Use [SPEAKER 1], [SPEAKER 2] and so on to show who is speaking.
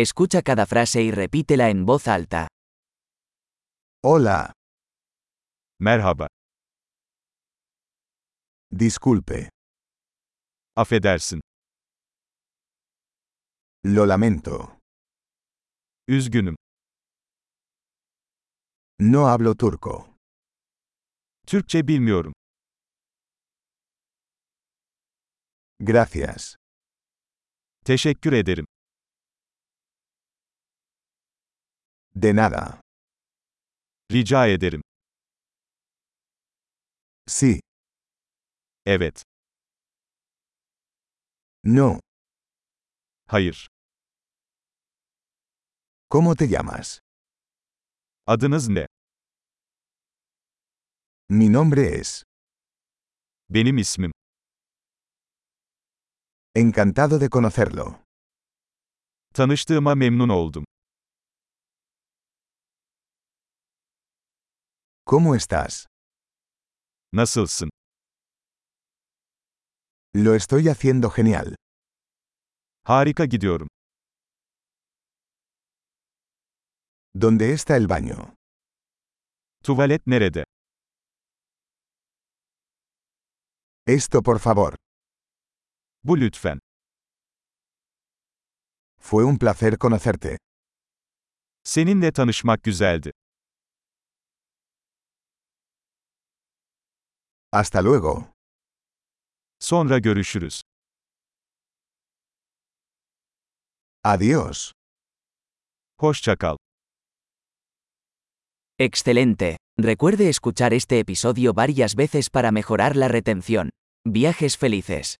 [SPEAKER 1] Escucha cada frase y repítela en voz alta.
[SPEAKER 2] Hola,
[SPEAKER 3] Merhaba,
[SPEAKER 2] disculpe,
[SPEAKER 3] affedersin,
[SPEAKER 2] lo lamento.
[SPEAKER 3] üzgünüm,
[SPEAKER 2] No hablo turco.
[SPEAKER 3] Türkçe bilmiyorum,
[SPEAKER 2] Gracias.
[SPEAKER 3] teşekkür ederim,
[SPEAKER 2] De nada.
[SPEAKER 3] rica ederim,
[SPEAKER 2] Sí,
[SPEAKER 3] evet,
[SPEAKER 2] no.
[SPEAKER 3] hayır,
[SPEAKER 2] ¿Cómo te llamas?
[SPEAKER 3] adınız ne?
[SPEAKER 2] Mi nombre es.
[SPEAKER 3] Benim ismim,
[SPEAKER 2] Encantado de conocerlo.
[SPEAKER 3] tanıştığıma memnun oldum,
[SPEAKER 2] ¿Cómo estás?
[SPEAKER 3] nasılsın?
[SPEAKER 2] Lo estoy haciendo genial.
[SPEAKER 3] Harika gidiyorum,
[SPEAKER 2] ¿Dónde está el baño?
[SPEAKER 3] tuvalet nerede?
[SPEAKER 2] Esto por favor.
[SPEAKER 3] Bu lütfen,
[SPEAKER 2] Fue un placer conocerte.
[SPEAKER 3] seninle tanışmak güzeldi,
[SPEAKER 2] Hasta luego.
[SPEAKER 3] sonra görüşürüz,
[SPEAKER 2] Adiós.
[SPEAKER 3] hoşça kal.
[SPEAKER 1] Excelente. Recuerde escuchar este episodio varias veces para mejorar la retención. Viajes felices.